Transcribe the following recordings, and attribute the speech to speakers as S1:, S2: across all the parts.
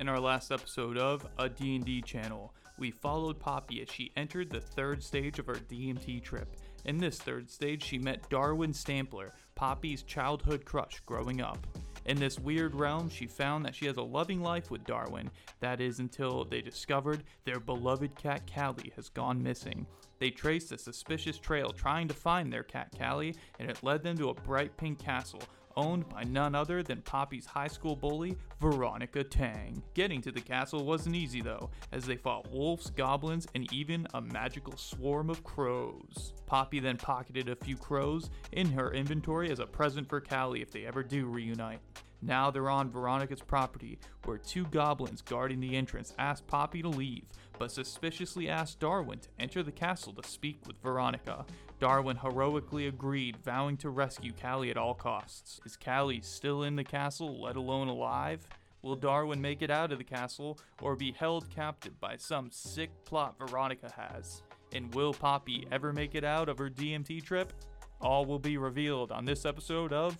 S1: In our last episode of A D&D Channel, we followed Poppy as she entered the third stage of her DMT trip. In this third stage, she met Darwin Stampler, Poppy's childhood crush growing up. In this weird realm, she found that she has a loving life with Darwin. That is until they discovered their beloved cat Callie has gone missing. They traced a suspicious trail trying to find their cat Callie, and it led them to a bright pink castle owned by none other than Poppy's high school bully, Veronica Tang. Getting to the castle wasn't easy though, as they fought wolves, goblins, and even a magical swarm of crows. Poppy then pocketed a few crows in her inventory as a present for Callie if they ever do reunite. Now they're on Veronica's property, where two goblins guarding the entrance ask Poppy to leave, but suspiciously ask Darwin to enter the castle to speak with Veronica. Darwin heroically agreed, vowing to rescue Callie at all costs. Is Callie still in the castle, let alone alive? Will Darwin make it out of the castle, or be held captive by some sick plot Veronica has? And will Poppy ever make it out of her DMT trip? All will be revealed on this episode of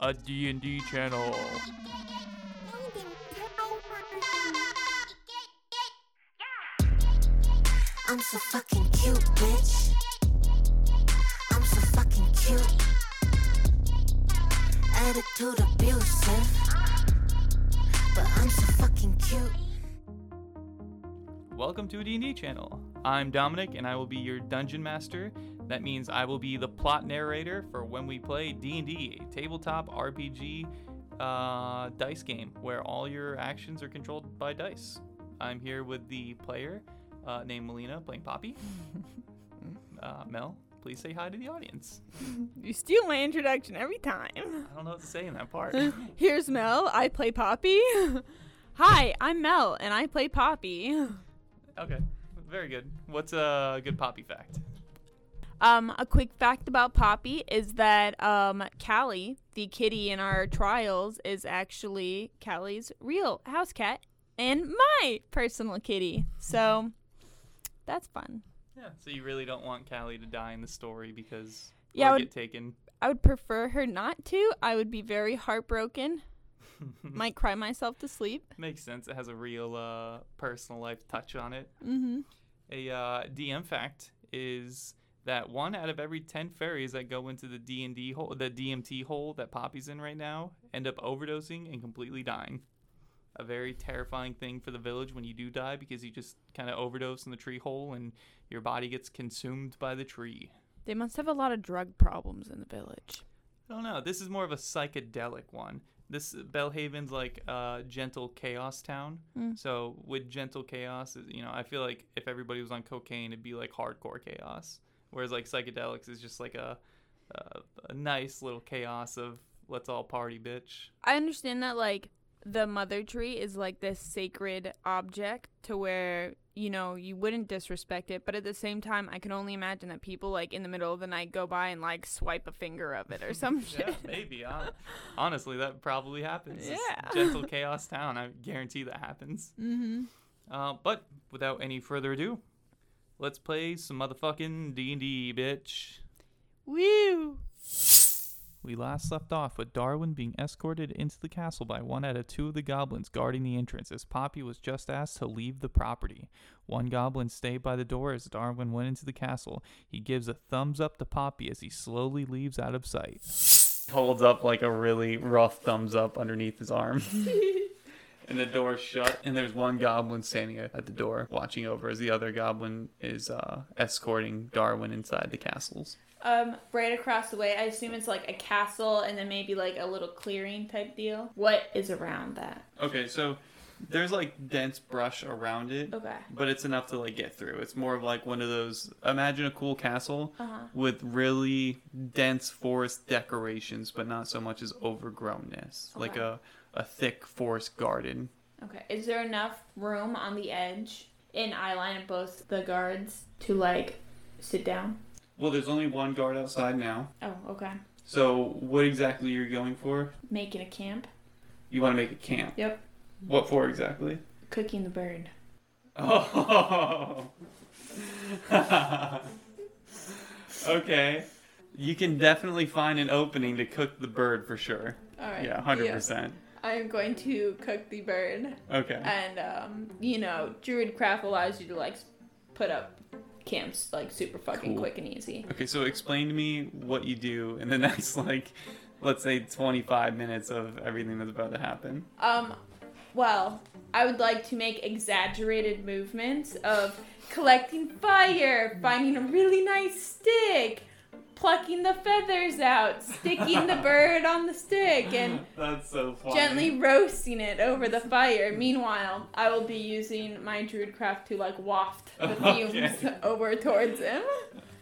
S1: a D&D channel.
S2: I'm so fucking cute, bitch. I'm so fucking cute. Attitude abusive. But I'm so fucking cute.
S1: Welcome to a D&D channel. I'm Dominic and I will be your dungeon master. That means I will be the plot narrator for when we play D&D, a tabletop RPG uh, dice game where all your actions are controlled by dice. I'm here with the player uh, named Melina playing Poppy. uh, Mel, please say hi to the audience.
S3: You steal my introduction every time.
S1: I don't know what to say in that part.
S3: Here's Mel. I play Poppy. Hi, I'm Mel, and I play Poppy.
S1: okay, very good. What's a good Poppy fact?
S3: Um, a quick fact about Poppy is that um, Callie, the kitty in our trials, is actually Callie's real house cat and my personal kitty. So that's fun.
S1: Yeah, so you really don't want Callie to die in the story because
S3: Yeah, I
S1: yeah,
S3: would-
S1: get taken.
S3: I would prefer her not to. I would be very heartbroken. Might cry myself to sleep.
S1: Makes sense. It has a real uh, personal life touch on it.
S3: Mm-hmm.
S1: A uh, DM fact is that one out of every ten fairies that go into the D and D hole, the DMT hole that Poppy's in right now, end up overdosing and completely dying. A very terrifying thing for the village when you do die because you just kind of overdose in the tree hole and your body gets consumed by the tree.
S3: They must have a lot of drug problems in the village.
S1: I don't know. This is more of a psychedelic one. This Bellhaven's like uh, gentle chaos town.
S3: Hmm.
S1: So with gentle chaos, is- you know, I feel like if everybody was on cocaine, it'd be like hardcore chaos. Whereas like psychedelics is just like a a, a nice little chaos of let's all party, bitch.
S3: I understand that like the mother tree is like this sacred object to where you know you wouldn't disrespect it, but at the same time, I can only imagine that people like in the middle of the night go by and like swipe a finger of it or some shit.
S1: Yeah, maybe. hon- Honestly, that probably happens. It's
S3: Yeah.
S1: Gentle chaos town. I guarantee that happens.
S3: Mm-hmm.
S1: Uh, but without any further ado, let's play some motherfucking D and D, bitch.
S3: Woo!
S1: We last left off with Darwin being escorted into the castle by one out of two of the goblins guarding the entrance as Poppy was just asked to leave the property. One goblin stayed by the door as Darwin went into the castle. He gives a thumbs up to Poppy as he slowly leaves out of sight. Holds up like a really rough thumbs up underneath his arm. and the door's shut, and there's one goblin standing at the door watching over as the other goblin is uh, escorting Darwin inside the castles.
S3: Um, right across the way, I assume it's like a castle and then maybe like a little clearing type deal. What is around that?
S1: Okay, so there's like dense brush around it.
S3: Okay.
S1: But it's enough to like get through. It's more of like one of those imagine a cool castle
S3: Uh-huh.
S1: with really dense forest decorations, but not so much as overgrownness. Like
S3: Okay.
S1: a a thick forest garden.
S3: Okay. Is there enough room on the edge in eye line of both the guards to like sit down?
S1: Well, there's only one guard outside now.
S3: Oh, okay.
S1: So what exactly you're going for?
S3: Making a camp.
S1: You want to make a camp.
S3: Yep.
S1: What for exactly?
S3: Cooking the bird.
S1: Oh. okay. You can definitely find an opening to cook the bird for sure.
S3: All right.
S1: Yeah, 100%.
S3: I'm going to cook the bird,
S1: Okay.
S3: and um, you know, Druidcraft allows you to like s- put up camps like super fucking
S1: Cool.
S3: quick and easy.
S1: Okay, so explain to me what you do in the next like let's say 25 minutes of everything that's about to happen.
S3: Um, well, I would like to make exaggerated movements of collecting fire, finding a really nice stick, plucking the feathers out, sticking the bird on the stick, and
S1: That's so funny.
S3: gently roasting it over the fire. Meanwhile, I will be using my druidcraft to like waft the
S1: Okay.
S3: fumes over towards him.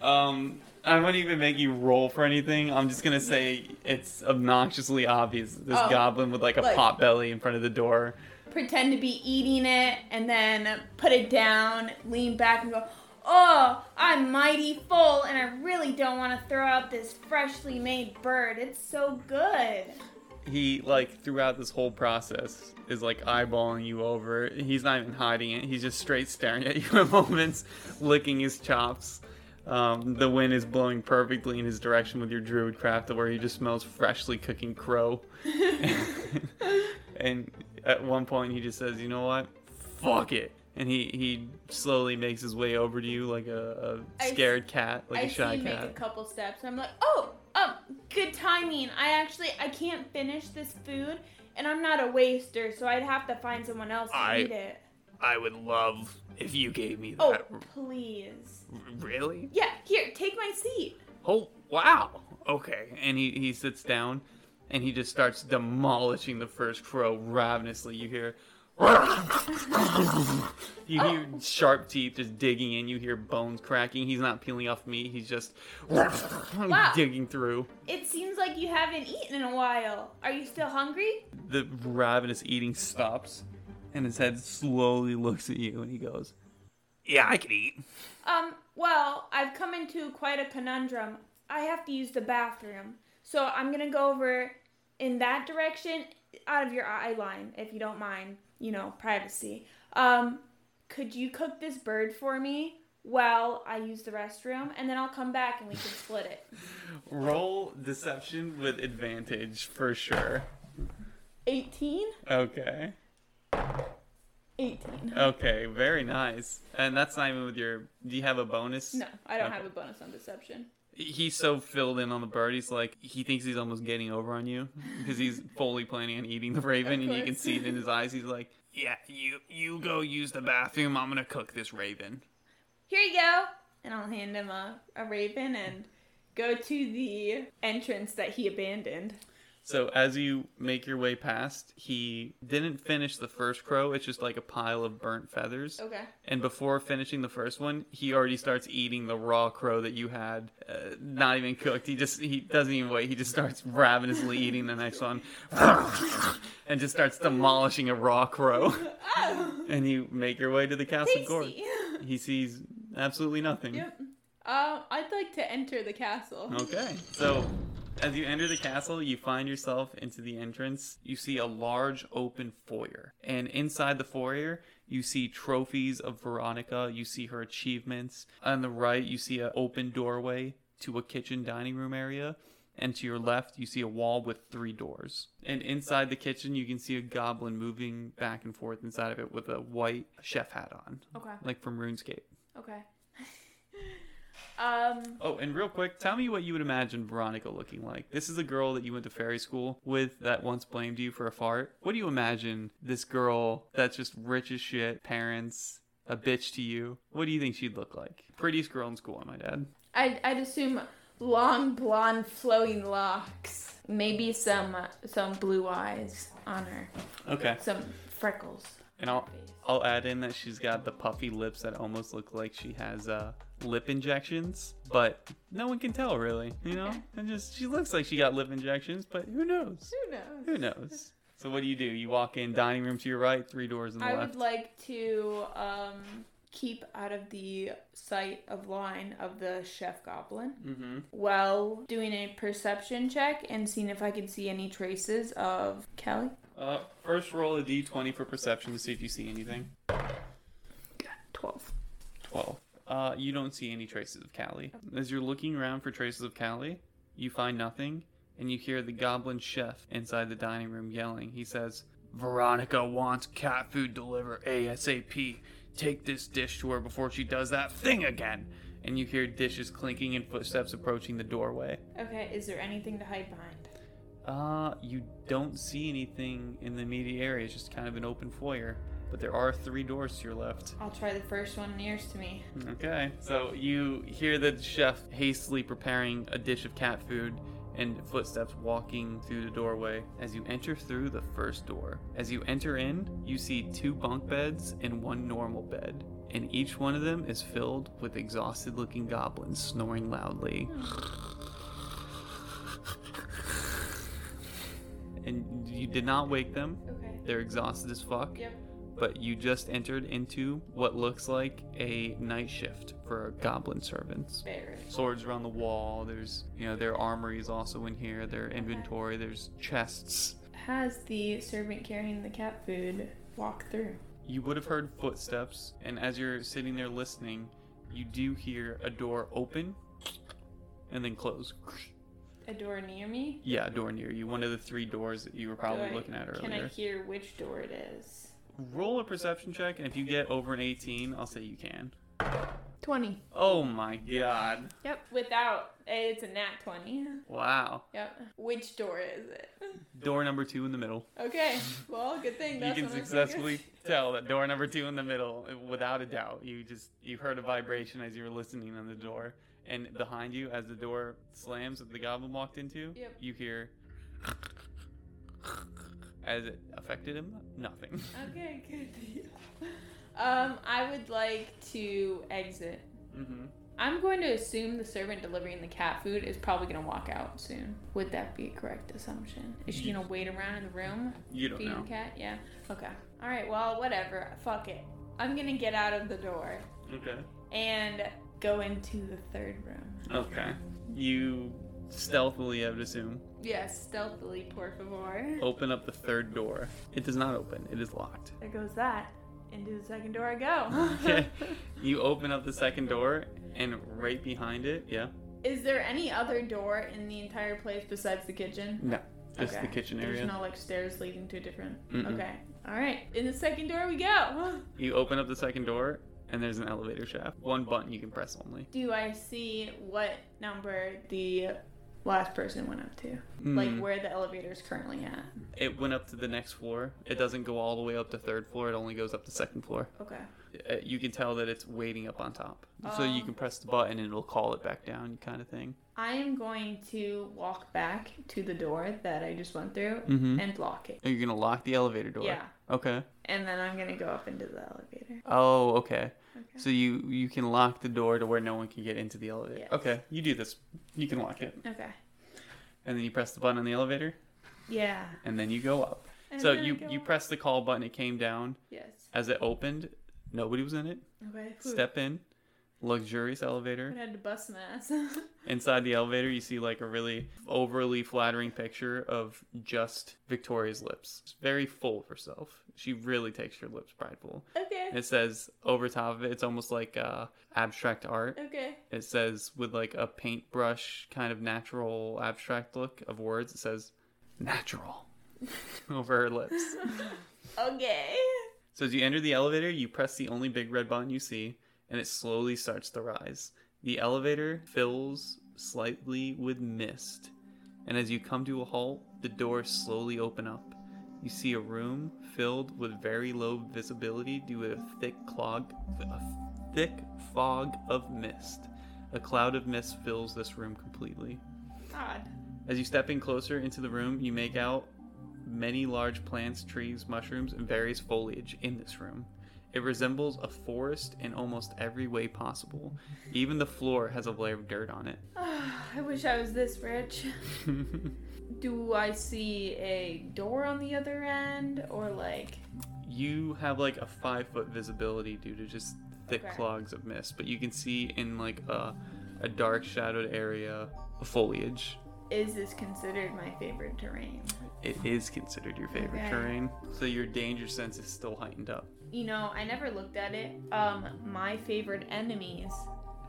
S1: Um, I won't even make you roll for anything. I'm just gonna say it's obnoxiously obvious. This
S3: Oh,
S1: goblin with like a
S3: like-
S1: pot belly in front of the door.
S3: pretend to be eating it and then put it down, lean back and go, Oh, I'm mighty full and I really don't want to throw out this freshly made bird. It's so good.
S1: He like throughout this whole process is like eyeballing you over. He's not even hiding it. He's just straight staring at you at moments, licking his chops. Um, the wind is blowing perfectly in his direction with your druid craft, where he just smells freshly cooking crow. and at one point he just says, "You know what? Fuck it." And he, he slowly makes his way over to you like a, a
S3: I s-
S1: scared cat, like a
S3: I see
S1: shy
S3: him make a
S1: cat.
S3: couple steps and I'm like, Oh, um, good timing. I actually I can't finish this food and I'm not a waster, so I'd have to find someone else to
S1: I-
S3: eat it.
S1: I would love if you gave me that.
S3: Oh, please.
S1: Really?
S3: Yeah, here, take my seat.
S1: Oh, wow. Okay. And he, he sits down and he just starts demolishing the first crow ravenously. You hear. you hear sharp teeth just digging in. You hear bones cracking. He's not peeling off meat. He's just digging through.
S3: It seems like you haven't eaten in a while. Are you still hungry?
S1: The ravenous eating stops, and his head slowly looks at you, and he goes, "Yeah, I can eat."
S3: Um, well, I've come into quite a conundrum. I have to use the bathroom. So I'm gonna go over in that direction, out of your eye line, if you don't mind, you know, privacy. Um, could you cook this bird for me while I use the restroom? And then I'll come back and we can split it.
S1: Roll deception with advantage for sure.
S3: 18?
S1: Okay.
S3: 18.
S1: Okay, very nice. And that's not even with your. Do you have a bonus?
S3: No, I don't
S1: Okay.
S3: have a bonus on deception.
S1: He's so filled in on the bird. He's like he thinks he's almost getting over on you because he's fully planning on eating the raven, and you can
S3: course.
S1: see it in his eyes. He's like, "Yeah, you you go use the bathroom. I'm gonna cook this raven."
S3: here you go. And I'll hand him a, a raven and go to the entrance that he abandoned.
S1: So as you make your way past, he didn't finish the first crow. It's just like a pile of burnt feathers.
S3: Okay.
S1: And before finishing the first one, he already starts eating the raw crow that you had, uh, not even cooked. He just he doesn't even wait. He just starts ravenously eating the next one, and just starts demolishing a raw crow.
S3: Oh,
S1: And you make your way to the castle gourd.
S3: tasty.
S1: He sees absolutely nothing.
S3: yep. Um, I'd like to enter the castle.
S1: Okay. So, as you enter the castle, you find yourself into the entrance. You see a large open foyer. And inside the foyer, you see trophies of Veronica, you see her achievements. On the right, you see an open doorway to a kitchen dining room area. And to your left, you see a wall with three doors. And inside the kitchen, you can see a goblin moving back and forth inside of it with a white chef hat on,
S3: Okay.
S1: like from RuneScape.
S3: Okay. um,
S1: Oh, and real quick, tell me what you would imagine Veronica looking like. This is a girl that you went to fairy school with that once blamed you for a fart. What do you imagine this girl that's just rich as shit, parents, a bitch to you? What do you think she'd look like? Prettiest girl in school, I might add.
S3: I'd, I'd assume long blonde flowing locks. Maybe some uh, some blue eyes on her.
S1: Okay.
S3: Some freckles.
S1: And I'll I'll add in that she's got the puffy lips that almost look like she has uh lip injections, but no one can tell really, you know? And just she looks like she got lip injections, but who knows?
S3: Who knows?
S1: Who knows? So what do you do? You walk in, dining room to your right, three doors on the
S3: I
S1: left.
S3: would like to um, keep out of the sight of line of the chef goblin
S1: mm-hmm.
S3: while doing a perception check and seeing if I can see any traces of Kelly.
S1: Uh, first roll a d20 for perception to see if you see anything.
S3: 12.
S1: Twelve. Uh, you don't see any traces of Callie. As you're looking around for traces of Callie, you find nothing, and you hear the goblin chef inside the dining room yelling. He says, Veronica wants cat food delivered ASAP. Take this dish to her before she does that thing again. And you hear dishes clinking and footsteps approaching the doorway.
S4: Okay, is there anything to hide behind?
S1: Uh, you don't see anything in the immediate area. It's just kind of an open foyer, but there are three doors to your left.
S4: I'll try the first one nearest to me.
S1: Okay. So you hear the chef hastily preparing a dish of cat food and footsteps walking through the doorway as you enter through the first door. As you enter in, you see two bunk beds and one normal bed, and each one of them is filled with exhausted looking goblins snoring loudly. And you did not wake them.
S4: Okay.
S1: They're exhausted as fuck
S4: Yep.
S1: but you just entered into what looks like a night shift for goblin servants.
S4: Very.
S1: Swords are on the wall. There's, you know, their armory is also in here. Their inventory. There's chests.
S4: Has the servant carrying the cat food walked through?
S1: You would have heard footsteps, and as you're sitting there listening, you do hear a door open and then close.
S4: A door near me?
S1: Yeah, a door near you. One of the three doors that you were probably
S4: Do I-
S1: looking at earlier.
S4: Can I hear which door it is?
S1: Roll a perception check, and if you get over an 18, I'll say you can.
S4: 20.
S1: Oh my god.
S4: Yep. Without, eh, it's a nat 20.
S1: Wow.
S4: Yep. Which door is it?
S1: Door number two in the middle.
S4: Okay. Well, good thing.
S1: you
S4: That's
S1: can
S4: what I was
S1: successfully
S4: thinking.
S1: tell that door number two in the middle without a doubt you just you heard a vibration as you were listening on the door and behind you as the door slams that the goblin walked into
S4: Yep.
S1: you hear as it affected him nothing
S4: Okay, good deal. Um, I would like to exit.
S1: mm-hmm.
S4: I'm going to assume the servant delivering the cat food is probably going to walk out soon. Would that be a correct assumption? Is she going to wait around in the room?
S1: you don't
S4: feeding
S1: know
S4: the cat? Yeah. Okay. All right, well, whatever. Fuck it. I'm going to get out of the door
S1: okay
S4: and go into the third room.
S1: okay you stealthily i would assume
S4: Yes, stealthily, por favor.
S1: open up the third door it does not open it is locked
S4: There goes that. Into the second door I go.
S1: okay you open up the second door and right behind it yeah
S4: Is there any other door in the entire place besides the kitchen?
S1: No, just
S4: Okay.
S1: the kitchen
S4: There's
S1: area.
S4: no like stairs leading to a different.
S1: Mm-mm.
S4: Okay. All right. In the second door we go.
S1: You open up the second door, and there's an elevator shaft. One button you can press only.
S4: Do I see what number the last person went up to?
S1: Hmm.
S4: Like where the elevator is currently at?
S1: It went up to the next floor. It doesn't go all the way up to third floor. It only goes up to second floor.
S4: Okay.
S1: Uh, You can tell that it's waiting up on top, so you
S4: Oh.
S1: can press the button and it'll call it back down, kind of thing.
S4: I am going to walk back to the door that I just went through
S1: Mhm.
S4: and block it.
S1: Are you gonna lock the elevator door?
S4: Yeah.
S1: Okay.
S4: And then I'm gonna go up into the elevator.
S1: Oh, okay.
S4: Okay.
S1: So you you can lock the door to where no one can get into the elevator.
S4: Yes.
S1: Okay, you do this. You can lock it,
S4: Okay.
S1: and then you press the button on the elevator,
S4: Yeah.
S1: and then you go up.
S4: And
S1: so
S4: then I
S1: you
S4: go
S1: you
S4: up.
S1: press the call button. It came down.
S4: Yes.
S1: As it opened, nobody was in it.
S4: Okay.
S1: Step in, luxurious
S4: I
S1: elevator.
S4: had to bust my ass.
S1: Inside the elevator, you see like a really overly flattering picture of just Victoria's lips. She's very full of herself. She really takes her lips prideful.
S4: okay.
S1: It says over top of it, it's almost like uh, abstract art.
S4: Okay.
S1: It says with like a paintbrush kind of natural abstract look of words, it says natural over her lips.
S4: Okay.
S1: So as you enter the elevator, you press the only big red button you see, and it slowly starts to rise. The elevator fills slightly with mist, and as you come to a halt, the doors slowly open up. You see a room filled with very low visibility due to a thick clog, a thick fog of mist. A cloud of mist fills this room completely.
S4: Odd.
S1: As you step in closer into the room, you make out many large plants, trees, mushrooms, and various foliage in this room. It resembles a forest in almost every way possible. Even the floor has a layer of dirt on it.
S4: I wish I was this rich. Do I see a door on the other end or like
S1: you have like a five foot visibility due to just thick
S4: Okay.
S1: clogs of mist, but you can see in like a, a dark shadowed area foliage.
S4: is this considered my favorite terrain?
S1: It is considered your favorite
S4: Okay.
S1: terrain, so your danger sense is still heightened up.
S4: You know, I never looked at it. Um my favorite enemies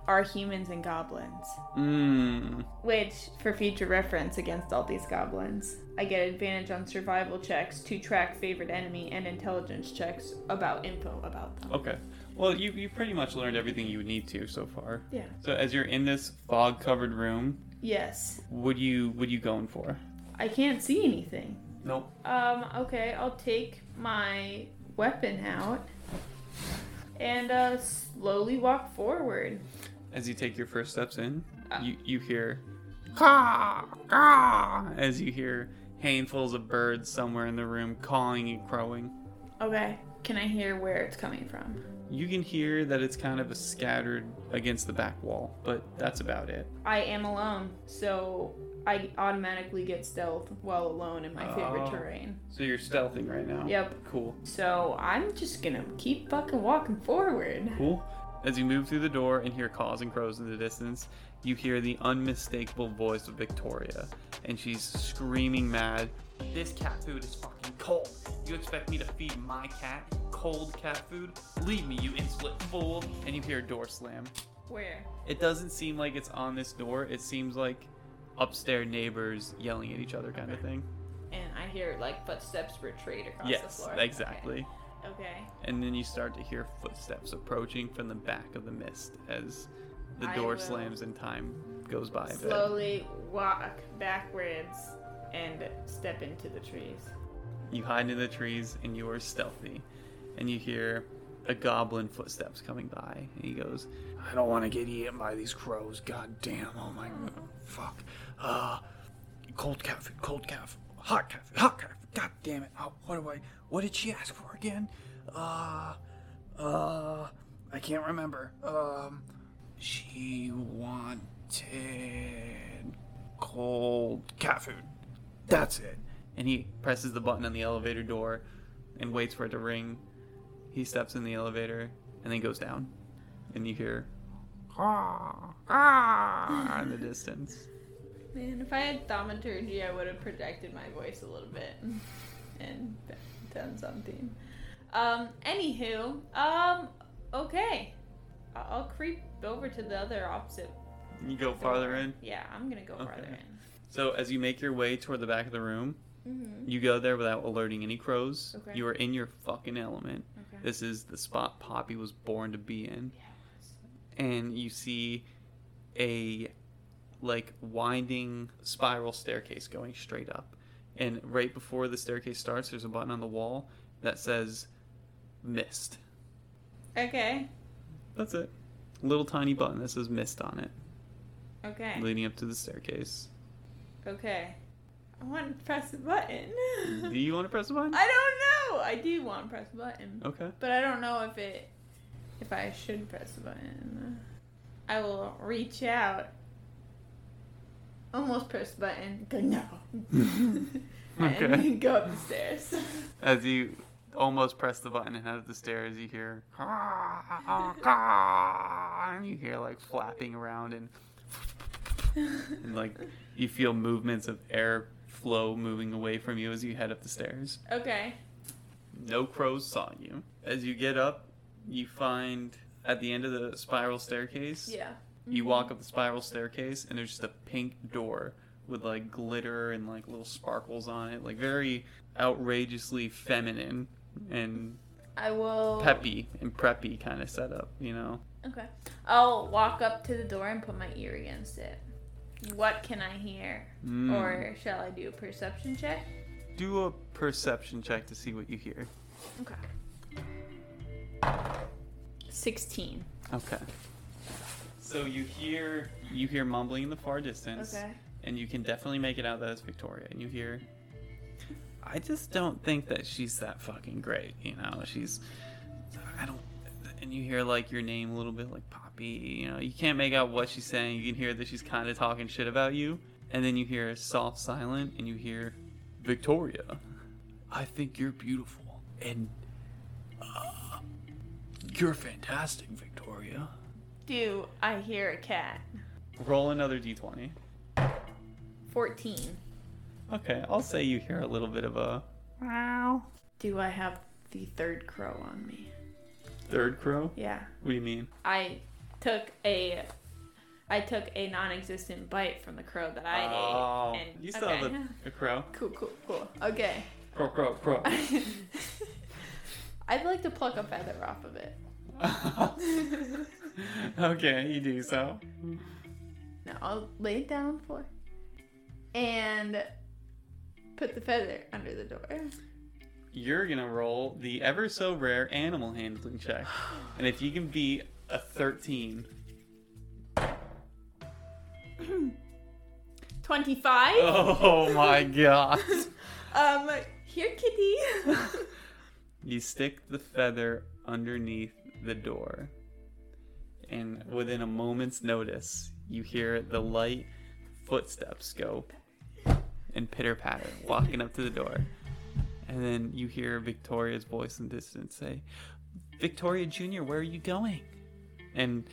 S4: are humans and goblins. Hmm.
S1: Mmm.
S4: Which, for future reference against all these goblins, I get advantage on survival checks to track favorite enemy and intelligence checks about info about them.
S1: Okay. Well, you, you pretty much learned everything you would need to so far.
S4: Yeah.
S1: So as you're in this fog-covered room,
S4: Yes.
S1: would you would you going for?
S4: I can't see anything.
S1: Nope.
S4: Um, okay, I'll take my weapon out and uh, slowly walk forward.
S1: As you take your first steps in,
S4: Uh.
S1: you you hear caw, caw, as you hear handfuls of birds somewhere in the room cawing and crowing.
S4: Okay, can I hear where it's coming from?
S1: You can hear that it's kind of scattered against the back wall, but that's about it.
S4: I am alone, so I automatically get stealth while alone in my favorite
S1: Oh.
S4: terrain.
S1: So you're stealthing right now.
S4: Yep.
S1: Cool.
S4: So I'm just gonna keep fucking walking forward.
S1: Cool. As you move through the door and hear caws and crows in the distance, you hear the unmistakable voice of Victoria, and she's screaming mad. This cat food is fucking cold. You expect me to feed my cat cold cat food? Leave me, you insolent fool! And you hear a door slam.
S4: Where?
S1: It doesn't seem like it's on this door. It seems like upstairs neighbors yelling at each other, kind of thing.
S4: And I hear like footsteps retreat across the
S1: yes,
S4: floor.
S1: exactly.
S4: Okay. okay.
S1: and then you start to hear footsteps approaching from the back of the mist as the
S4: I
S1: door
S4: will
S1: slams and time goes by. a bit.
S4: Slowly walk backwards and step into the trees.
S1: You hide in the trees and you are stealthy, and you hear a goblin footsteps coming by, and he goes, "I don't want to get eaten by these crows. God damn! Oh my fuck! Uh, cold cat food, cold cat food, hot cat food, hot cat food. God damn it! Oh, what do I? What did she ask for again? Uh, uh, I can't remember. Um, she wanted cold cat food. That's it. And he presses the button on the elevator door and waits for it to ring. He steps in the elevator and then goes down. And you hear ah, ah in the distance.
S4: Man, if I had thaumaturgy, I would have projected my voice a little bit and done something. Um, anywho, um, okay. I- I'll creep over to the other opposite.
S1: You go farther in.
S4: Yeah, I'm gonna go
S1: Okay.
S4: farther in.
S1: So as you make your way toward the back of the room,
S4: Mhm.
S1: you go there without alerting any crows.
S4: Okay.
S1: You are in your fucking element.
S4: Okay.
S1: This is the spot Poppy was born to be in. And you see a like winding spiral staircase going straight up. And right before the staircase starts, there's a button on the wall that says mist.
S4: Okay.
S1: That's it. Little tiny button that says mist on it,
S4: Okay.
S1: leading up to the staircase.
S4: Okay. I want to press the button.
S1: Do you want to press the button?
S4: I don't know. I do want to press the button,
S1: Okay.
S4: but I don't know if it, if I should press the button. I will reach out. Almost press the button. Go no. and
S1: Okay.
S4: go up the stairs.
S1: As you almost press the button and head up the stairs, you hear and you hear like flapping around and and like you feel movements of air flow moving away from you as you head up the stairs.
S4: okay.
S1: No crows saw you. As you get up, you find at the end of the spiral staircase.
S4: Yeah.
S1: You walk up the spiral staircase and there's just a pink door with like glitter and like little sparkles on it, like very outrageously feminine and
S4: I will.
S1: peppy and preppy kind of setup, you know.
S4: Okay. I'll walk up to the door and put my ear against it. What can I hear?
S1: Mm.
S4: Or shall I do a perception check?
S1: Do a perception check to see what you hear.
S4: Okay. 16.
S1: Okay. So you hear you hear mumbling in the far distance, and you can definitely make it out that it's Victoria. And you hear, I just don't think that she's that fucking great. You know, she's I don't. And you hear like your name a little bit, like Poppy. You know, you can't make out what she's saying. You can hear that she's kind of talking shit about you, and then you hear a soft silent, and you hear Victoria. I think you're beautiful, and uh, you're fantastic, Victoria.
S4: Do I hear a cat?
S1: Roll another d20.
S4: 14.
S1: Okay, I'll say you hear a little bit of a wow.
S4: Do I have the third crow on me?
S1: Third crow?
S4: Yeah.
S1: What do you mean?
S4: I took a I took a non-existent bite from the crow that I
S1: oh,
S4: ate. And,
S1: you still have
S4: okay.
S1: a, a crow.
S4: Cool, cool, cool. Okay.
S1: Crow, crow, crow.
S4: I'd like to pluck a feather off of it.
S1: okay, you do so.
S4: Now I'll lay it down on the floor and put the feather under the door.
S1: You're gonna roll the ever so rare animal handling check, and if you can beat a 13,
S4: 25?
S1: oh my god,
S4: Um, here, kitty.
S1: you stick the feather underneath the door, and within a moment's notice, you hear the light footsteps go and pitter patter walking up to the door, and then you hear Victoria's voice in the distance say, "Victoria Junior, where are you going?" And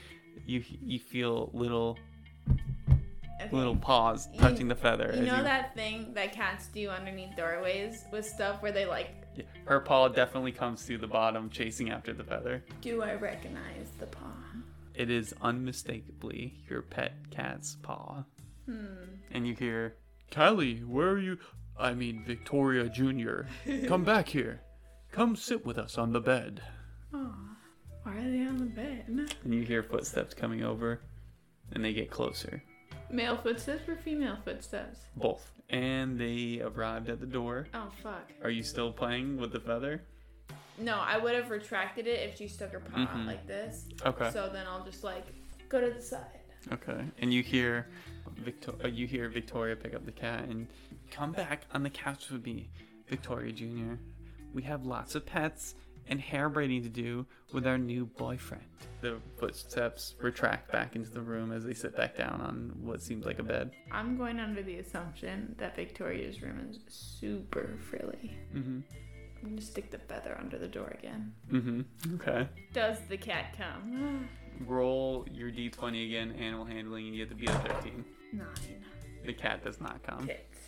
S1: you you feel little
S4: Okay.
S1: little paws
S4: You-
S1: touching the feather.
S4: You
S1: as
S4: know that thing that cats do underneath doorways with stuff where they like,
S1: Yeah, Her paw definitely comes through the bottom, chasing after the feather.
S4: do I recognize the paw?
S1: It is unmistakably your pet cat's paw. And you hear, Kylie, where are you? I mean, Victoria Jr. Come back here. Come sit with us on the bed.
S4: Why are they on the bed?
S1: And you hear footsteps coming over, and they get closer.
S4: Male footsteps or female footsteps?
S1: Both. And they arrived at the door.
S4: Oh, fuck.
S1: Are you still playing with the feather?
S4: No, I would have retracted it if she stuck her paw out
S1: Mhm.
S4: like this.
S1: Okay.
S4: So then I'll just like go to the side.
S1: Okay, and you hear, Victor- uh, you hear Victoria pick up the cat and come back on the couch with me, Victoria Junior. We have lots of pets and hair braiding to do with our new boyfriend. The footsteps retract back into the room as they sit back down on what seems like a bed.
S4: I'm going under the assumption that Victoria's room is super frilly.
S1: Mm-hmm.
S4: I'm gonna stick the feather under the door again.
S1: Mm-hmm. Okay.
S4: Does the cat come?
S1: Roll your d20 again, animal handling, and you have to beat a 13.
S4: Nine.
S1: The cat does not come.
S4: Six.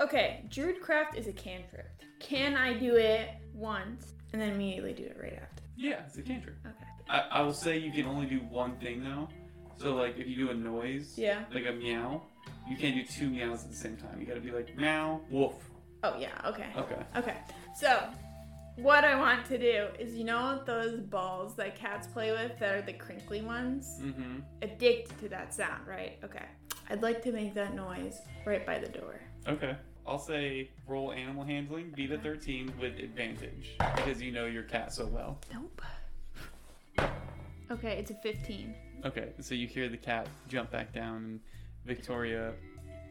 S4: Okay, Druid Craft is a cantrip. Can I do it once and then immediately do it right after?
S1: Yeah, it's a cantrip.
S4: Okay.
S1: I, I will say you can only do one thing though. So like if you do a noise,
S4: Yeah.
S1: like a meow, you can't do two meows at the same time. You gotta be like meow, woof.
S4: Oh yeah, okay.
S1: Okay.
S4: Okay. So, what I want to do is you know those balls that cats play with that are the crinkly ones?
S1: Mm-hmm.
S4: Addicted to that sound, right? Okay. I'd like to make that noise right by the door.
S1: Okay. I'll say roll animal handling, beat a thirteen with advantage because you know your cat so well.
S4: Nope. Okay, it's a 15.
S1: Okay. So you hear the cat jump back down, and Victoria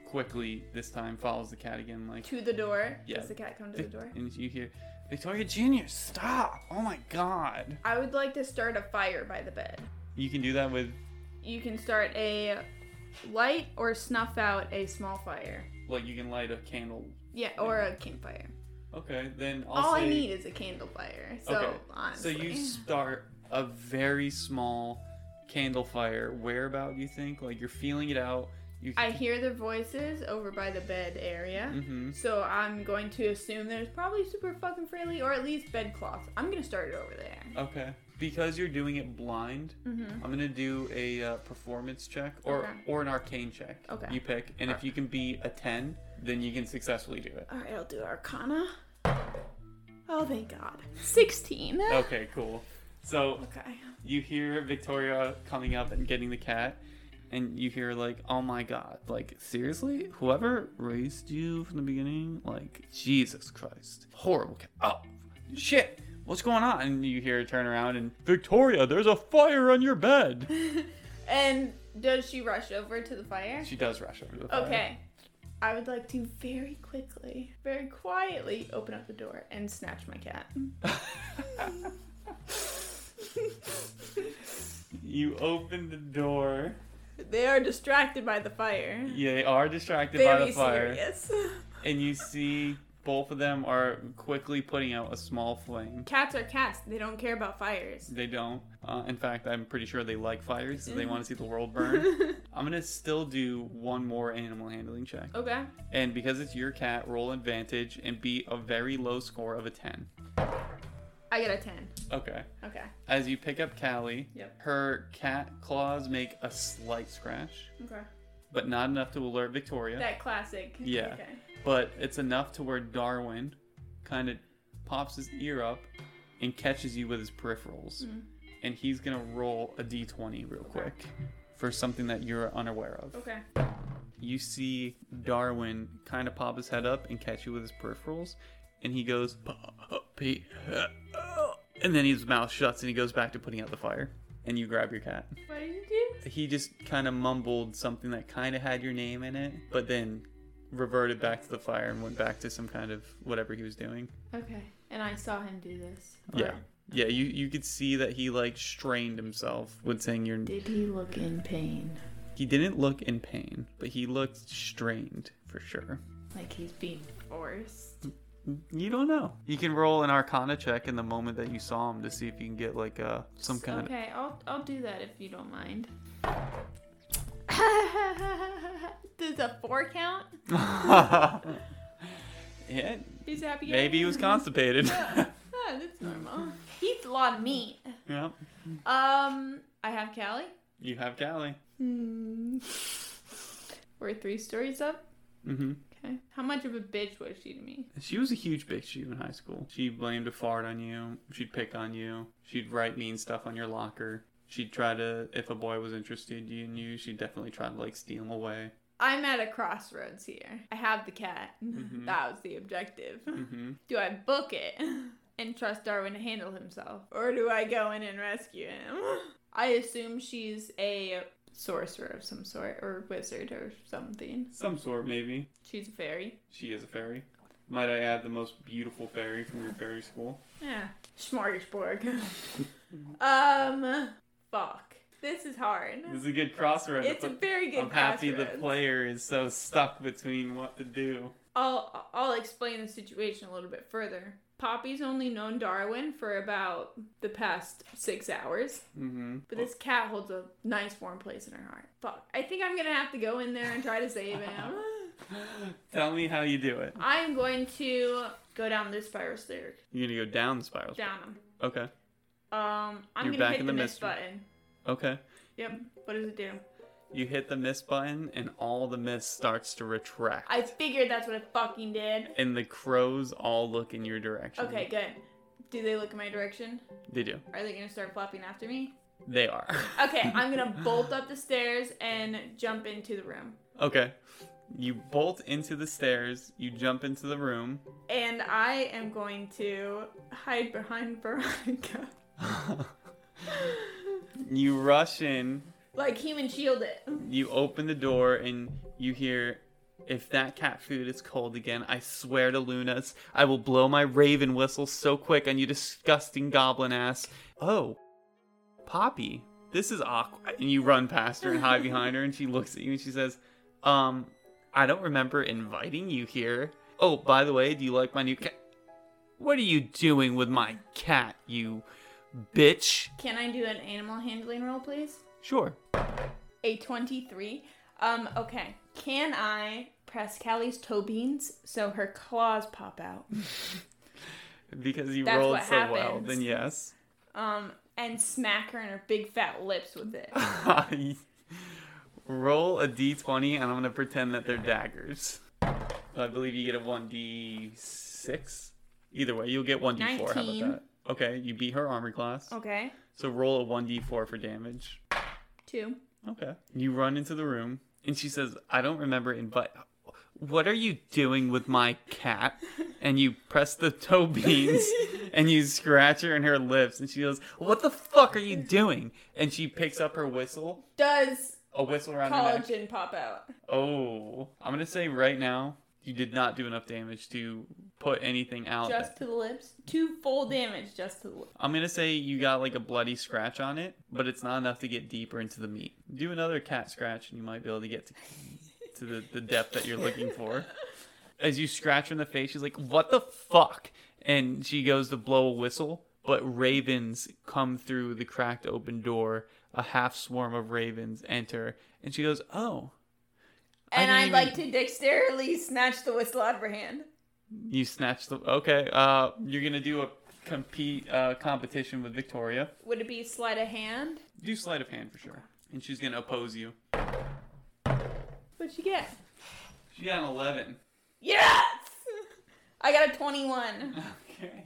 S1: quickly this time follows the cat again like.
S4: To the door.
S1: Yeah.
S4: Does the cat come to the door?
S1: And you hear, Victoria Junior, stop! Oh my God!
S4: I would like to start a fire by the bed.
S1: You can do that with
S4: You can start a light or snuff out a small fire.
S1: like you can light a candle
S4: Yeah, or a campfire.
S1: Okay, then I'll
S4: All I
S1: say-
S4: need is a candle fire. So,
S1: okay.
S4: honestly.
S1: So you start a very small candle fire. Where about do you think? Like you're feeling it out. You.
S4: I hear the voices over by the bed area.
S1: Mm-hmm.
S4: So I'm going to assume there's probably super fucking frilly or at least bedcloths. I'm gonna start it over there.
S1: Okay. Because you're doing it blind,
S4: Mhm.
S1: I'm gonna do a uh, performance check or
S4: Okay.
S1: or an arcane check.
S4: Okay.
S1: You pick, and if you can be a ten, then you can successfully do it.
S4: Alright, I'll do Arcana. Oh, thank God. 16.
S1: Okay, cool. So
S4: Okay.
S1: you hear Victoria coming up and getting the cat, and you hear like, "Oh my god! Like seriously, whoever raised you from the beginning, like Jesus Christ, horrible cat! Oh, shit! What's going on?" And you hear her turn around and Victoria, there's a fire on your bed.
S4: And does she rush over to the fire?
S1: She does rush over to the fire.
S4: Okay. I would like to very quickly, very quietly open up the door and snatch my cat.
S1: You open the door.
S4: They are distracted by the fire.
S1: Yeah, they are distracted by
S4: Very
S1: the fire,
S4: serious.
S1: and you see both of them are quickly putting out a small flame.
S4: Cats are cats. They don't care about fires.
S1: They don't. Uh, in fact, I'm pretty sure they like fires, so they want to see the world burn. I'm gonna still do one more animal handling check,
S4: Okay.
S1: and because it's your cat, roll advantage and beat a very low score of a ten.
S4: I get a 10.
S1: Okay.
S4: Okay.
S1: As you pick up Callie,
S4: Yep.
S1: her cat claws make a slight scratch,
S4: Okay.
S1: but not enough to alert Victoria.
S4: That classic.
S1: Yeah.
S4: Okay.
S1: But it's enough to where Darwin kind of pops his ear up and catches you with his peripherals. And he's going to roll a d20 real quick for something that you're unaware of.
S4: Okay.
S1: You see Darwin kind of pop his head up and catch you with his peripherals. And he goes, Puppy. And then his mouth shuts and he goes back to putting out the fire. And you grab your cat.
S4: What did you do?
S1: He just kind of mumbled something that kind of had your name in it, but then reverted back to the fire and went back to some kind of whatever he was doing.
S4: Okay. And I saw him do this.
S1: Yeah. Yeah, you, you could see that he like strained himself with saying your
S4: Did he look in pain?
S1: he didn't look in pain, but he looked strained for sure.
S4: Like he's being forced?
S1: You don't know. You can roll an arcana check in the moment that you saw him to see if you can get like uh some kind
S4: Okay, I'll, I'll do that if you don't mind. Does a four count?
S1: of Yeah,
S4: He's happy.
S1: maybe he was constipated.
S4: Ah, that's normal. He eats a lot of meat.
S1: yep.
S4: Um, I have Callie.
S1: You have Callie.
S4: Hmm. We're three stories up.
S1: Mm-hmm.
S4: Okay. How much of a bitch was she to me?
S1: She was a huge bitch to you in high school. She blamed a fart on you. She'd pick on you. She'd write mean stuff on your locker. She'd try to, if a boy was interested in you, she'd definitely try to like steal him away.
S4: I'm at a crossroads here. I have the cat.
S1: Mm-hmm.
S4: That was the objective.
S1: hmm
S4: Do I book it and trust Darwin to handle himself? Or do I go in and rescue him? I assume she's a sorcerer of some sort or wizard or something.
S1: Some sort, maybe.
S4: She's a fairy.
S1: She is a fairy. Might I add, the most beautiful fairy from your fairy school.
S4: Yeah. Smorgasbord. um, fuck. This is hard.
S1: This is a good crossroad.
S4: It's a very good
S1: I'm happy the
S4: crossroads.
S1: player is so stuck between what to do.
S4: I'll I'll explain the situation a little bit further. Poppy's only known Darwin for about the past six hours,
S1: Mm-hmm.
S4: but this cat holds a nice warm place in her heart. Fuck, I think I'm gonna have to go in there and try to save him.
S1: Tell me how you do it.
S4: I'm going to go down this spiral stair,
S1: You're gonna go down the spiral.
S4: down him.
S1: Okay.
S4: Um, I'm
S1: You're
S4: gonna
S1: back
S4: hit
S1: in
S4: the,
S1: the
S4: miss
S1: mystery.
S4: button.
S1: Okay.
S4: Yep. What does it do?
S1: You hit the miss button, and all the miss starts to retract.
S4: I figured that's what it fucking did.
S1: and the crows all look in your direction.
S4: Okay, good. Do they look in my direction?
S1: They do.
S4: Are they gonna start flopping after me?
S1: They are.
S4: Okay, I'm gonna bolt up the stairs and jump into the room.
S1: okay. You bolt into the stairs, you jump into the room.
S4: And I am going to hide behind Veronica.
S1: you rush in,
S4: Like human shield it.
S1: you open the door, and you hear if that cat food is cold again, I swear to Lunas, I will blow my raven whistle so quick on you disgusting goblin ass. Oh, Poppy, this is awkward. And you run past her and hide behind her, and she looks at you and she says, Um, I don't remember inviting you here. Oh, by the way, do you like my new cat? What are you doing with my cat, you bitch?
S4: Can I do an animal handling roll, please?
S1: Sure.
S4: A 23. Um, okay. Can I press Callie's toe beans so her claws pop out?
S1: Because you
S4: That's
S1: rolled
S4: what
S1: so well,
S4: happens.
S1: then yes.
S4: Um, and smack her in her big fat lips with it.
S1: Roll a d20, and I'm gonna pretend that they're daggers. I believe you get a 1d6. Either way, you'll get 1d4. How about
S4: 19.
S1: that? Okay, you beat her armor class.
S4: Okay.
S1: So roll a 1d4 for damage.
S4: Two.
S1: Okay. You run into the room, and she says, I don't remember invite. What are you doing with my cat? And you press the toe beans and you scratch her in her lips, and she goes, What the fuck are you doing? And she picks up her whistle
S4: Does
S1: a whistle around her neck.
S4: collagen pop out?
S1: Oh, I'm gonna say right now you did not do enough damage to put anything out.
S4: Just to the lips? Two full damage just to the lips.
S1: I'm gonna say you got like a bloody scratch on it, but it's not enough to get deeper into the meat. Do another cat scratch, and you might be able to get to, to the, the depth that you're looking for. As you scratch her in the face, she's like, "What the fuck?" And she goes to blow a whistle, but ravens come through the cracked open door. A half swarm of ravens enter, and she goes, "Oh." I
S4: And
S1: didn't
S4: I'd
S1: even-
S4: like to dexterously snatch the whistle out of her hand.
S1: You snatch the okay. Uh, you're gonna do a compete uh, competition with Victoria.
S4: Would it be sleight of hand?
S1: Do sleight of hand for sure, and she's gonna oppose you.
S4: What'd you get?
S1: She got an eleven.
S4: Yes! I got a 21.
S1: Okay.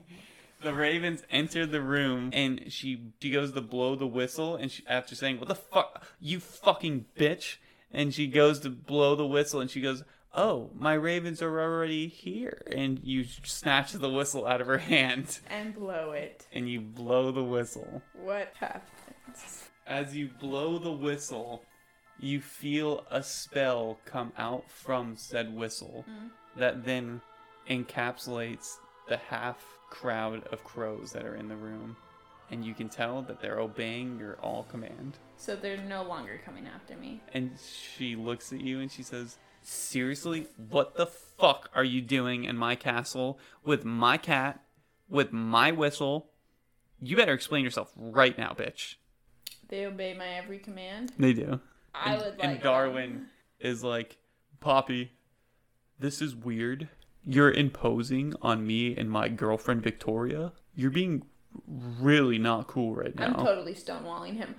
S1: The ravens enter the room and she she goes to blow the whistle and she after saying what the fuck you fucking bitch and she goes to blow the whistle and she goes oh my ravens are already here and you snatch the whistle out of her hand
S4: And blow it.
S1: and you blow the whistle
S4: What happens?
S1: as you blow the whistle you feel a spell come out from said whistle that then encapsulates the half crowd of crows that are in the room and you can tell that they're obeying your all command
S4: So they're no longer coming after me.
S1: and she looks at you and she says seriously what the fuck are you doing in my castle with my cat with my whistle you better explain yourself right now bitch
S4: They obey my every command.
S1: they do
S4: I
S1: and,
S4: would like.
S1: and Darwin is like, Poppy, this is weird. You're imposing on me and my girlfriend Victoria. You're being really not cool right now.
S4: I'm totally stonewalling him.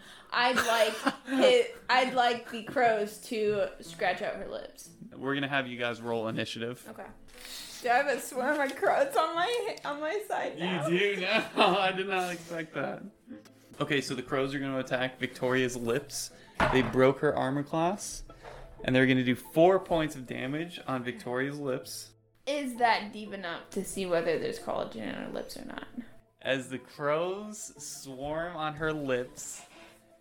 S4: I'd like his, I'd like the crows to scratch out her lips.
S1: We're gonna have you guys roll initiative.
S4: Okay. Do I have a swarm of crows on my on my side now?
S1: do now. I did not expect that. Okay, so the crows are gonna attack Victoria's lips. They broke her armor class, and they're gonna do four points of damage on Victoria's lips.
S4: Is that deep enough to see whether there's collagen in her lips or not?
S1: As the crows swarm on her lips,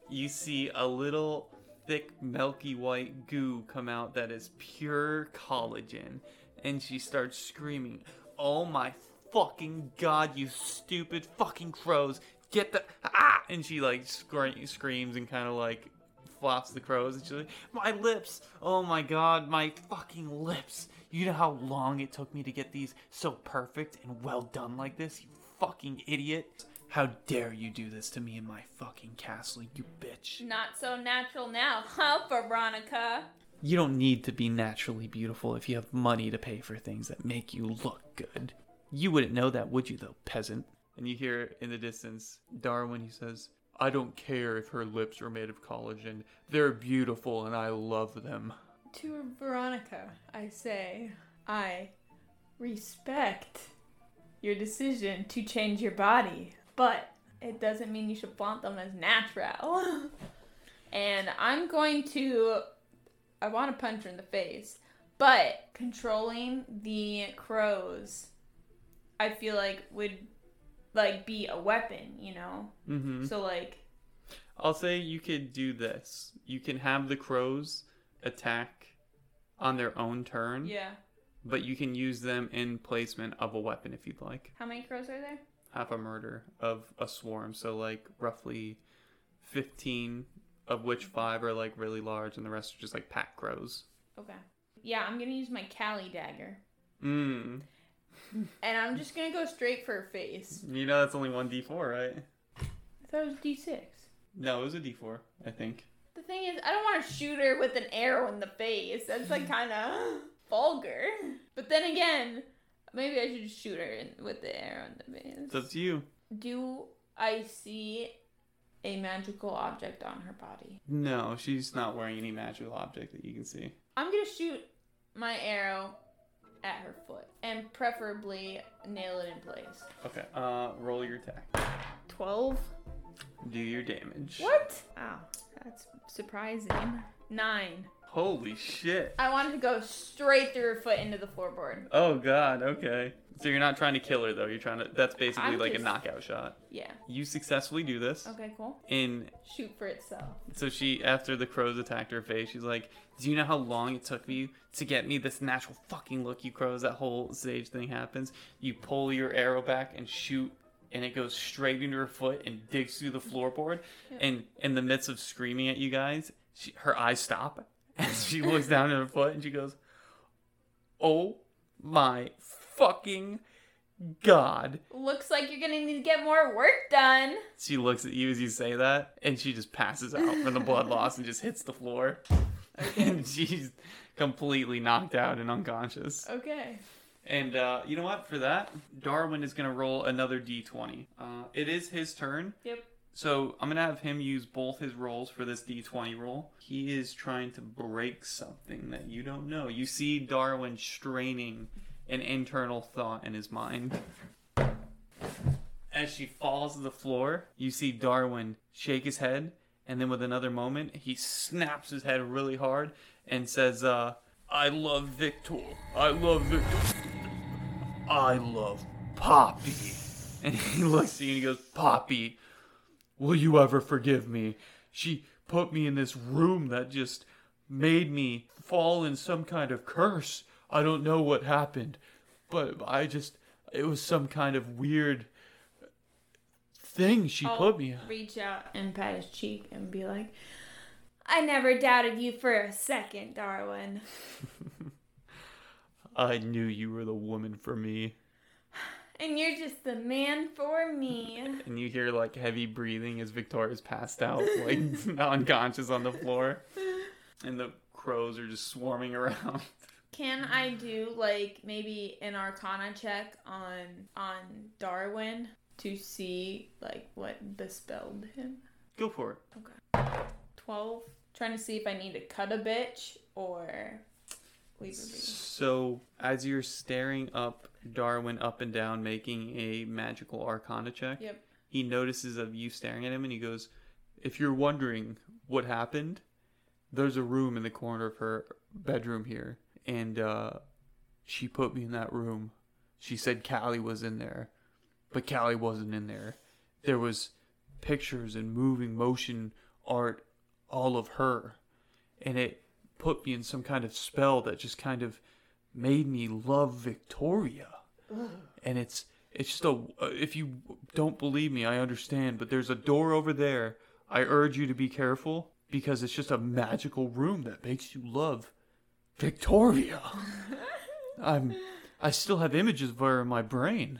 S1: you see a little thick, milky white goo come out that is pure collagen. And she starts screaming, Oh my fucking god, you stupid fucking crows! Get the. Ah! And she like scre- screams and kind of like flops the crows and she's like, My lips! Oh my god, my fucking lips! You know how long it took me to get these so perfect and well done like this, you fucking idiot? How dare you do this to me in my fucking castle, you bitch.
S4: Not so natural now, huh, Veronica?
S1: You don't need to be naturally beautiful if you have money to pay for things that make you look good. You wouldn't know that, would you, though, peasant? And you hear in the distance Darwin, he says, I don't care if her lips are made of collagen. They're beautiful and I love them.
S4: To Veronica, I say, I respect your decision to change your body, but it doesn't mean you should flaunt them as natural. and I'm going to, I want to punch her in the face, but controlling the crows, I feel like would like be a weapon, you know.
S1: Mm-hmm.
S4: So like,
S1: I'll say you could do this. You can have the crows attack on their own turn,
S4: yeah.
S1: but you can use them in placement of a weapon if you'd like.
S4: How many crows are there?
S1: half a murder of a swarm. So like roughly fifteen, of which five are like really large, and the rest are just like pack crows.
S4: Okay. Yeah, I'm gonna use my Cali dagger.
S1: Mm.
S4: And I'm just gonna go straight for her face.
S1: You know that's only one D four, right?
S4: I thought it was D6.
S1: No, it was a D four, I think.
S4: The thing is, I don't want to shoot her with an arrow in the face. That's like kind of vulgar. But then again, maybe I should just shoot her in, with the arrow in the face.
S1: That's you.
S4: Do I see a magical object on her body?
S1: No, she's not wearing any magical object that you can see.
S4: I'm gonna shoot my arrow at her foot and preferably nail it in place.
S1: Okay. Uh, roll your attack.
S4: 12?
S1: Do your damage.
S4: What? Wow, that's surprising. Nine.
S1: Holy shit.
S4: I wanted to go straight through her foot into the floorboard.
S1: Oh god. Okay. So you're not trying to kill her though. You're trying to. That's basically
S4: I'm
S1: like a
S4: just-
S1: knockout shot.
S4: Yeah.
S1: You successfully do this.
S4: Okay, cool.
S1: In
S4: Shoot for itself.
S1: So she, after the crows attacked her face, she's like, "Do you know how long it took me to get me this natural fucking look, you crows?" That whole sage thing happens. You pull your arrow back and shoot, and it goes straight into her foot and digs through the floorboard. And in the midst of screaming at you guys, she, her eyes stop, and she looks down at her foot and she goes, "Oh my fucking god!"
S4: Looks like you're gonna need to get more work done.
S1: She looks at you as you say that, and she just passes out from the blood loss and just hits the floor. and she's completely knocked out and unconscious.
S4: Okay.
S1: And uh, you know what? For that, Darwin is going to roll another d20. Uh, it is his turn.
S4: Yep.
S1: So I'm going to have him use both his rolls for this d20 roll. He is trying to break something that you don't know. You see Darwin straining an internal thought in his mind. As she falls to the floor, you see Darwin shake his head, and then with another moment, he snaps his head really hard and says, uh, I love Victor. I love Victor. I love Poppy. And he looks at you and he goes, Poppy, will you ever forgive me? She put me in this room that just made me fall in some kind of curse. I don't know what happened, but I just, it was some kind of weird thing she
S4: I'll
S1: put me in.
S4: Reach out and pat his cheek and be like, I never doubted you for a second, Darwin.
S1: I knew you were the woman for me.
S4: And you're just the man for me.
S1: And you hear like heavy breathing as Victoria's passed out, like unconscious on the floor. And the crows are just swarming around.
S4: Can I do like maybe an arcana check on on Darwin to see like what bespelled him?
S1: Go for it.
S4: 12 trying to see if I need to cut a bitch or leave her be.
S1: So, as you're staring up Darwin up and down, making a magical arcana check,
S4: Yep.
S1: he notices of you staring at him and he goes, If you're wondering what happened, there's a room in the corner of her bedroom here. And uh, she put me in that room. She said Callie was in there, but Callie wasn't in there. There was pictures and moving motion art all of her. And it put me in some kind of spell that just kind of made me love Victoria. And it's it's just a uh, if you don't believe me, I understand, but there's a door over there. I urge you to be careful because it's just a magical room that makes you love Victoria. I'm I still have images of her in my brain.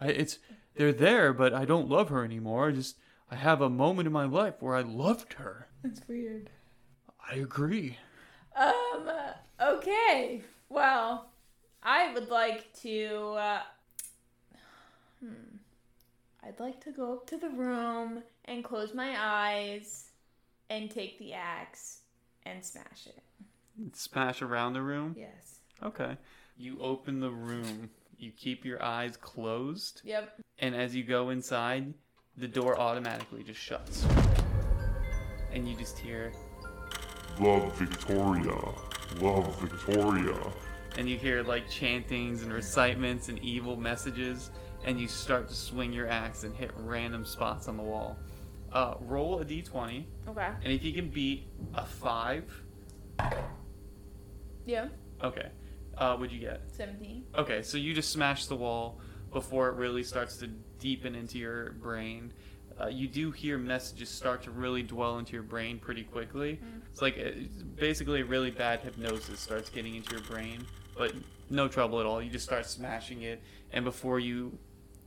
S1: I, it's they're there, but I don't love her anymore. I just I have a moment in my life where I loved her.
S4: That's weird.
S1: I agree.
S4: Um. Okay. Well, I would like to. Uh, hmm. I'd like to go up to the room and close my eyes, and take the axe and smash it.
S1: Smash around the room.
S4: Yes.
S1: Okay. You open the room. You keep your eyes closed,
S4: Yep.
S1: and as you go inside, the door automatically just shuts. And you just hear,
S5: Love Victoria. Love Victoria.
S1: and you hear like chantings and recitements and evil messages, and you start to swing your axe and hit random spots on the wall. Uh, roll a d20,
S4: Okay.
S1: and if you can beat a five,
S4: Yep.
S1: okay, uh, what'd you get?
S4: Seventeen.
S1: Okay, so you just smash the wall before it really starts to deepen into your brain. Uh, you do hear messages start to really dwell into your brain pretty quickly. It's like uh basically a really bad hypnosis starts getting into your brain, but no trouble at all. You just start smashing it, and before you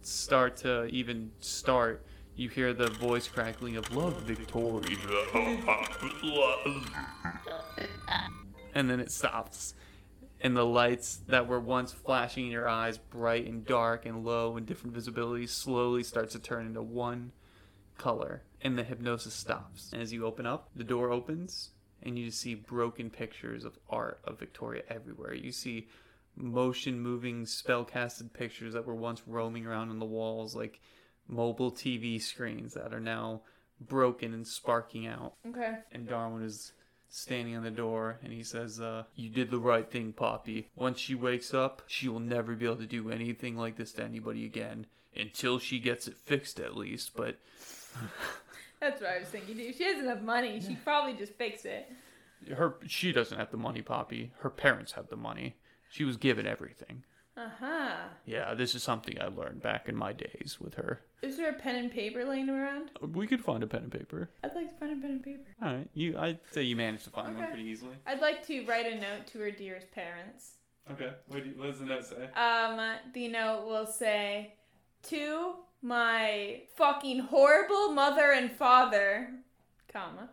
S1: start to even start, you hear the voice crackling of love, Victoria. and then it stops and the lights that were once flashing in your eyes bright and dark and low and different visibilities slowly starts to turn into one color and the hypnosis stops and as you open up the door opens and you just see broken pictures of art of victoria everywhere you see motion moving spell casted pictures that were once roaming around on the walls like mobile tv screens that are now broken and sparking out
S4: Okay.
S1: and Darwin is standing on the door and he says, uh, You did the right thing, Poppy. Once she wakes up, she will never be able to do anything like this to anybody again. Until she gets it fixed, at least. But
S4: That's what I was thinking too. She has enough money. She could probably just fix it.
S1: her, she doesn't have the money, Poppy. Her parents have the money. She was given everything.
S4: Uh huh.
S1: Yeah, this is something I learned back in my days with her.
S4: Is there a pen and paper laying around?
S1: We could find a pen and paper.
S4: I'd like to find a pen and paper.
S1: All right, you. I'd say you managed to find one
S4: Okay.
S1: pretty easily.
S4: I'd like to write a note to her dearest parents.
S1: Okay. What, do you, what does the note say?
S4: Um, the note will say, "To my fucking horrible mother and father, comma,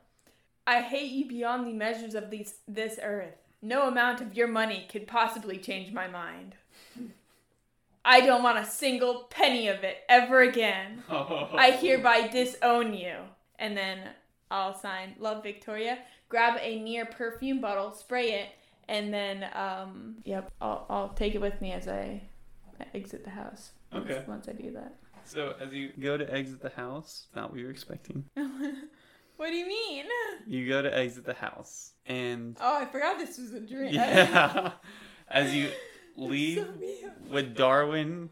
S4: I hate you beyond the measures of these this earth. No amount of your money could possibly change my mind." I don't want a single penny of it ever again.
S1: Oh,
S4: I hereby disown you. And then I'll sign Love Victoria, grab a near perfume bottle, spray it, and then, um, yep, I'll, I'll take it with me as I exit the house. once-
S1: Okay.
S4: Once I do that.
S1: So as you go to exit the house, not what you're expecting.
S4: What do you mean?
S1: You go to exit the house, and
S4: Oh, I forgot this was a dream.
S1: yeah, as you leave
S4: So real.
S1: with Darwin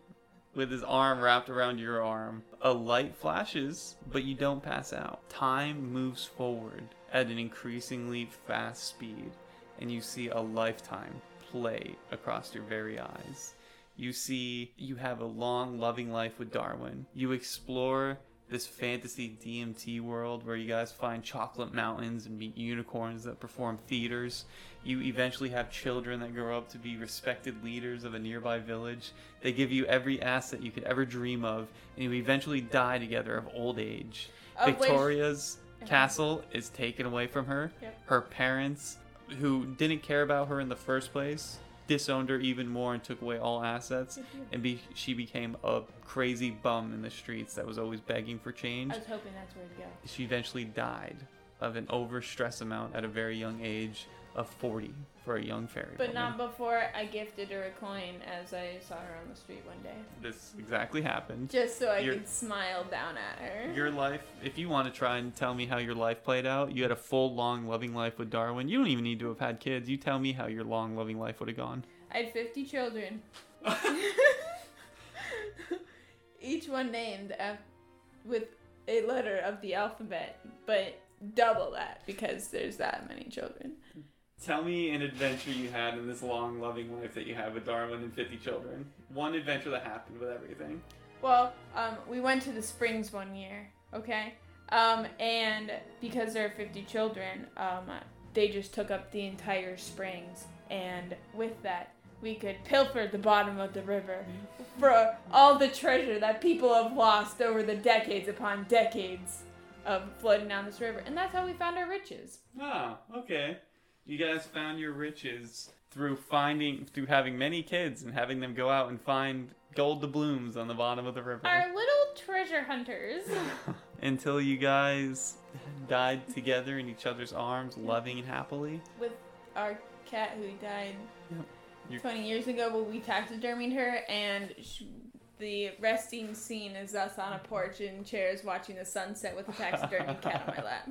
S1: with his arm wrapped around your arm, a light flashes, but you don't pass out. Time moves forward at an increasingly fast speed, and you see a lifetime play across your very eyes. You see, you have a long, loving life with Darwin. You explore this fantasy DMT world where you guys find chocolate mountains and meet unicorns that perform theaters. You eventually have children that grow up to be respected leaders of a nearby village. They give you every asset you could ever dream of, and you eventually die together of old age.
S4: Of which-
S1: Victoria's castle is taken away from her.
S4: Uh-huh. Yep.
S1: Her parents, who didn't care about her in the first place, disowned her even more and took away all assets.
S4: Mm-hmm.
S1: And be- she became a crazy bum in the streets that was always begging for change.
S4: I was hoping that's where to go.
S1: She eventually died of an overstress amount at a very young age of 40 for a young fairy. woman.
S4: But not before I gifted her a coin as I saw her on the street one day.
S1: This exactly happened.
S4: Just so I
S1: You're-
S4: could smile down at her.
S1: Your life, if you want to try and tell me how your life played out, you had a full, long, loving life with Darwin. You don't even need to have had kids. You tell me how your long, loving life would have gone.
S4: I had 50 children. Each one named af- with a letter of the alphabet, but double that because there's that many children.
S1: Tell me an adventure you had in this long, loving life that you have with Darwin and 50 children. One adventure that happened with everything.
S4: Well, um, we went to the Springs one year, okay? Um, and because there are 50 children, um, they just took up the entire Springs. And with that, we could pilfer the bottom of the river for all the treasure that people have lost over the decades upon decades of flooding down this river. And that's how we found our riches.
S1: Ah, okay. You guys found your riches through finding, through having many kids and having them go out and find gold doubloons on the bottom of the river.
S4: Our little treasure hunters.
S1: Until you guys died together in each other's arms, loving and happily.
S4: with our cat who died
S1: Yep. You-
S4: 20 years ago when we taxidermied her and sh the resting scene is us on a porch in chairs watching the sunset with a taxidermied cat on my lap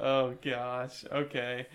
S1: Oh gosh. Okay.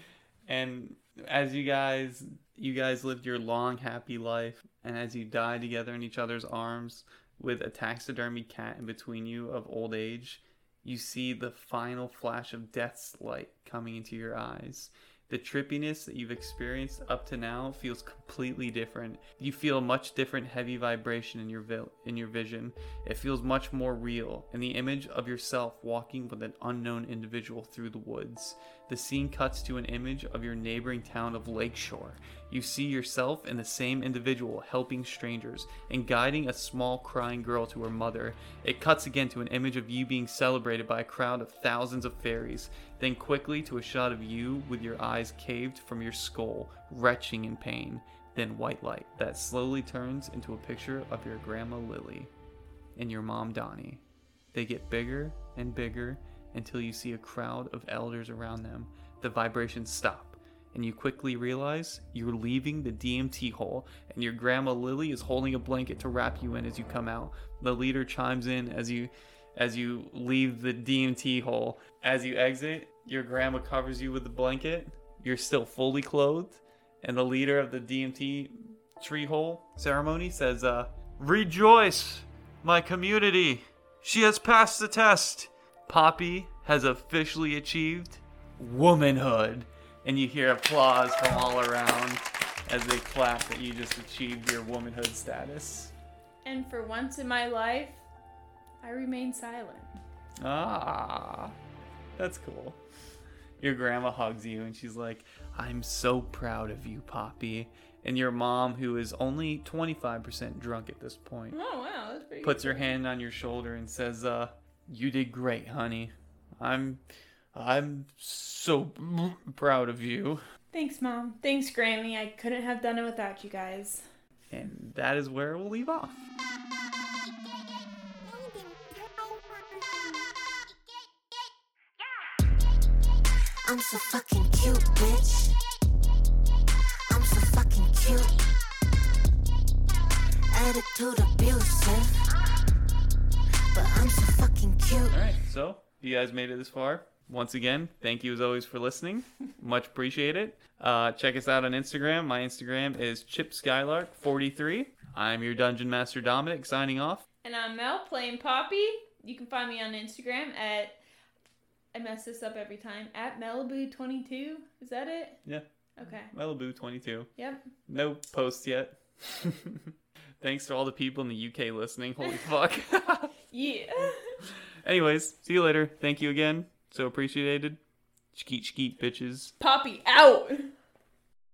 S1: And as you guys you guys lived your long happy life and as you die together in each other's arms with a taxidermy cat in between you of old age, you see the final flash of death's light coming into your eyes. The trippiness that you've experienced up to now feels completely different. You feel a much different heavy vibration in your vil- in your vision. It feels much more real, and the image of yourself walking with an unknown individual through the woods. The scene cuts to an image of your neighboring town of Lakeshore. You see yourself and the same individual helping strangers and guiding a small crying girl to her mother. It cuts again to an image of you being celebrated by a crowd of thousands of fairies, then quickly to a shot of you with your eyes caved from your skull, retching in pain, then white light that slowly turns into a picture of your grandma Lily and your mom Donnie. They get bigger and bigger until you see a crowd of elders around them. The vibrations stop, and you quickly realize you're leaving the DMT hole, and your grandma Lily is holding a blanket to wrap you in as you come out. The leader chimes in as you as you leave the DMT hole. As you exit, your grandma covers you with the blanket. You're still fully clothed, and the leader of the DMT tree hole ceremony says, uh, Rejoice, my community! She has passed the test! Poppy has officially achieved womanhood. And you hear applause from all around as they clap that you just achieved your womanhood status.
S4: and for once in my life i remain silent
S1: Ah, that's cool. Your grandma hugs you and she's like, I'm so proud of you, Poppy. And your mom, who is only 25% drunk at this point,
S4: oh wow that's pretty
S1: puts her hand on your shoulder and says, "Uh, you did great, honey. I'm, I'm so proud of you."
S4: good. thanks mom thanks grammy i couldn't have done it without you guys
S1: And that is where we'll leave off.
S2: I'm so fucking cute, bitch. I'm so fucking cute. Attitude abusive. But I'm so fucking cute.
S1: All right. So if you guys made it this far, once again, thank you as always for listening. Much appreciated. Uh, check us out on Instagram. My Instagram is chipskylark43. I'm your Dungeon Master Dominic signing off.
S4: And I'm Mel playing Poppy. You can find me on Instagram at I mess this up every time at Malibu22. Is that it?
S1: Yeah.
S4: Okay.
S1: Malibu22.
S4: Yep.
S1: No posts yet. Thanks to all the people in the UK listening. Holy fuck.
S4: Yeah.
S1: Anyways, see you later. Thank you again. So appreciated. Skeet skeet bitches.
S4: Poppy out.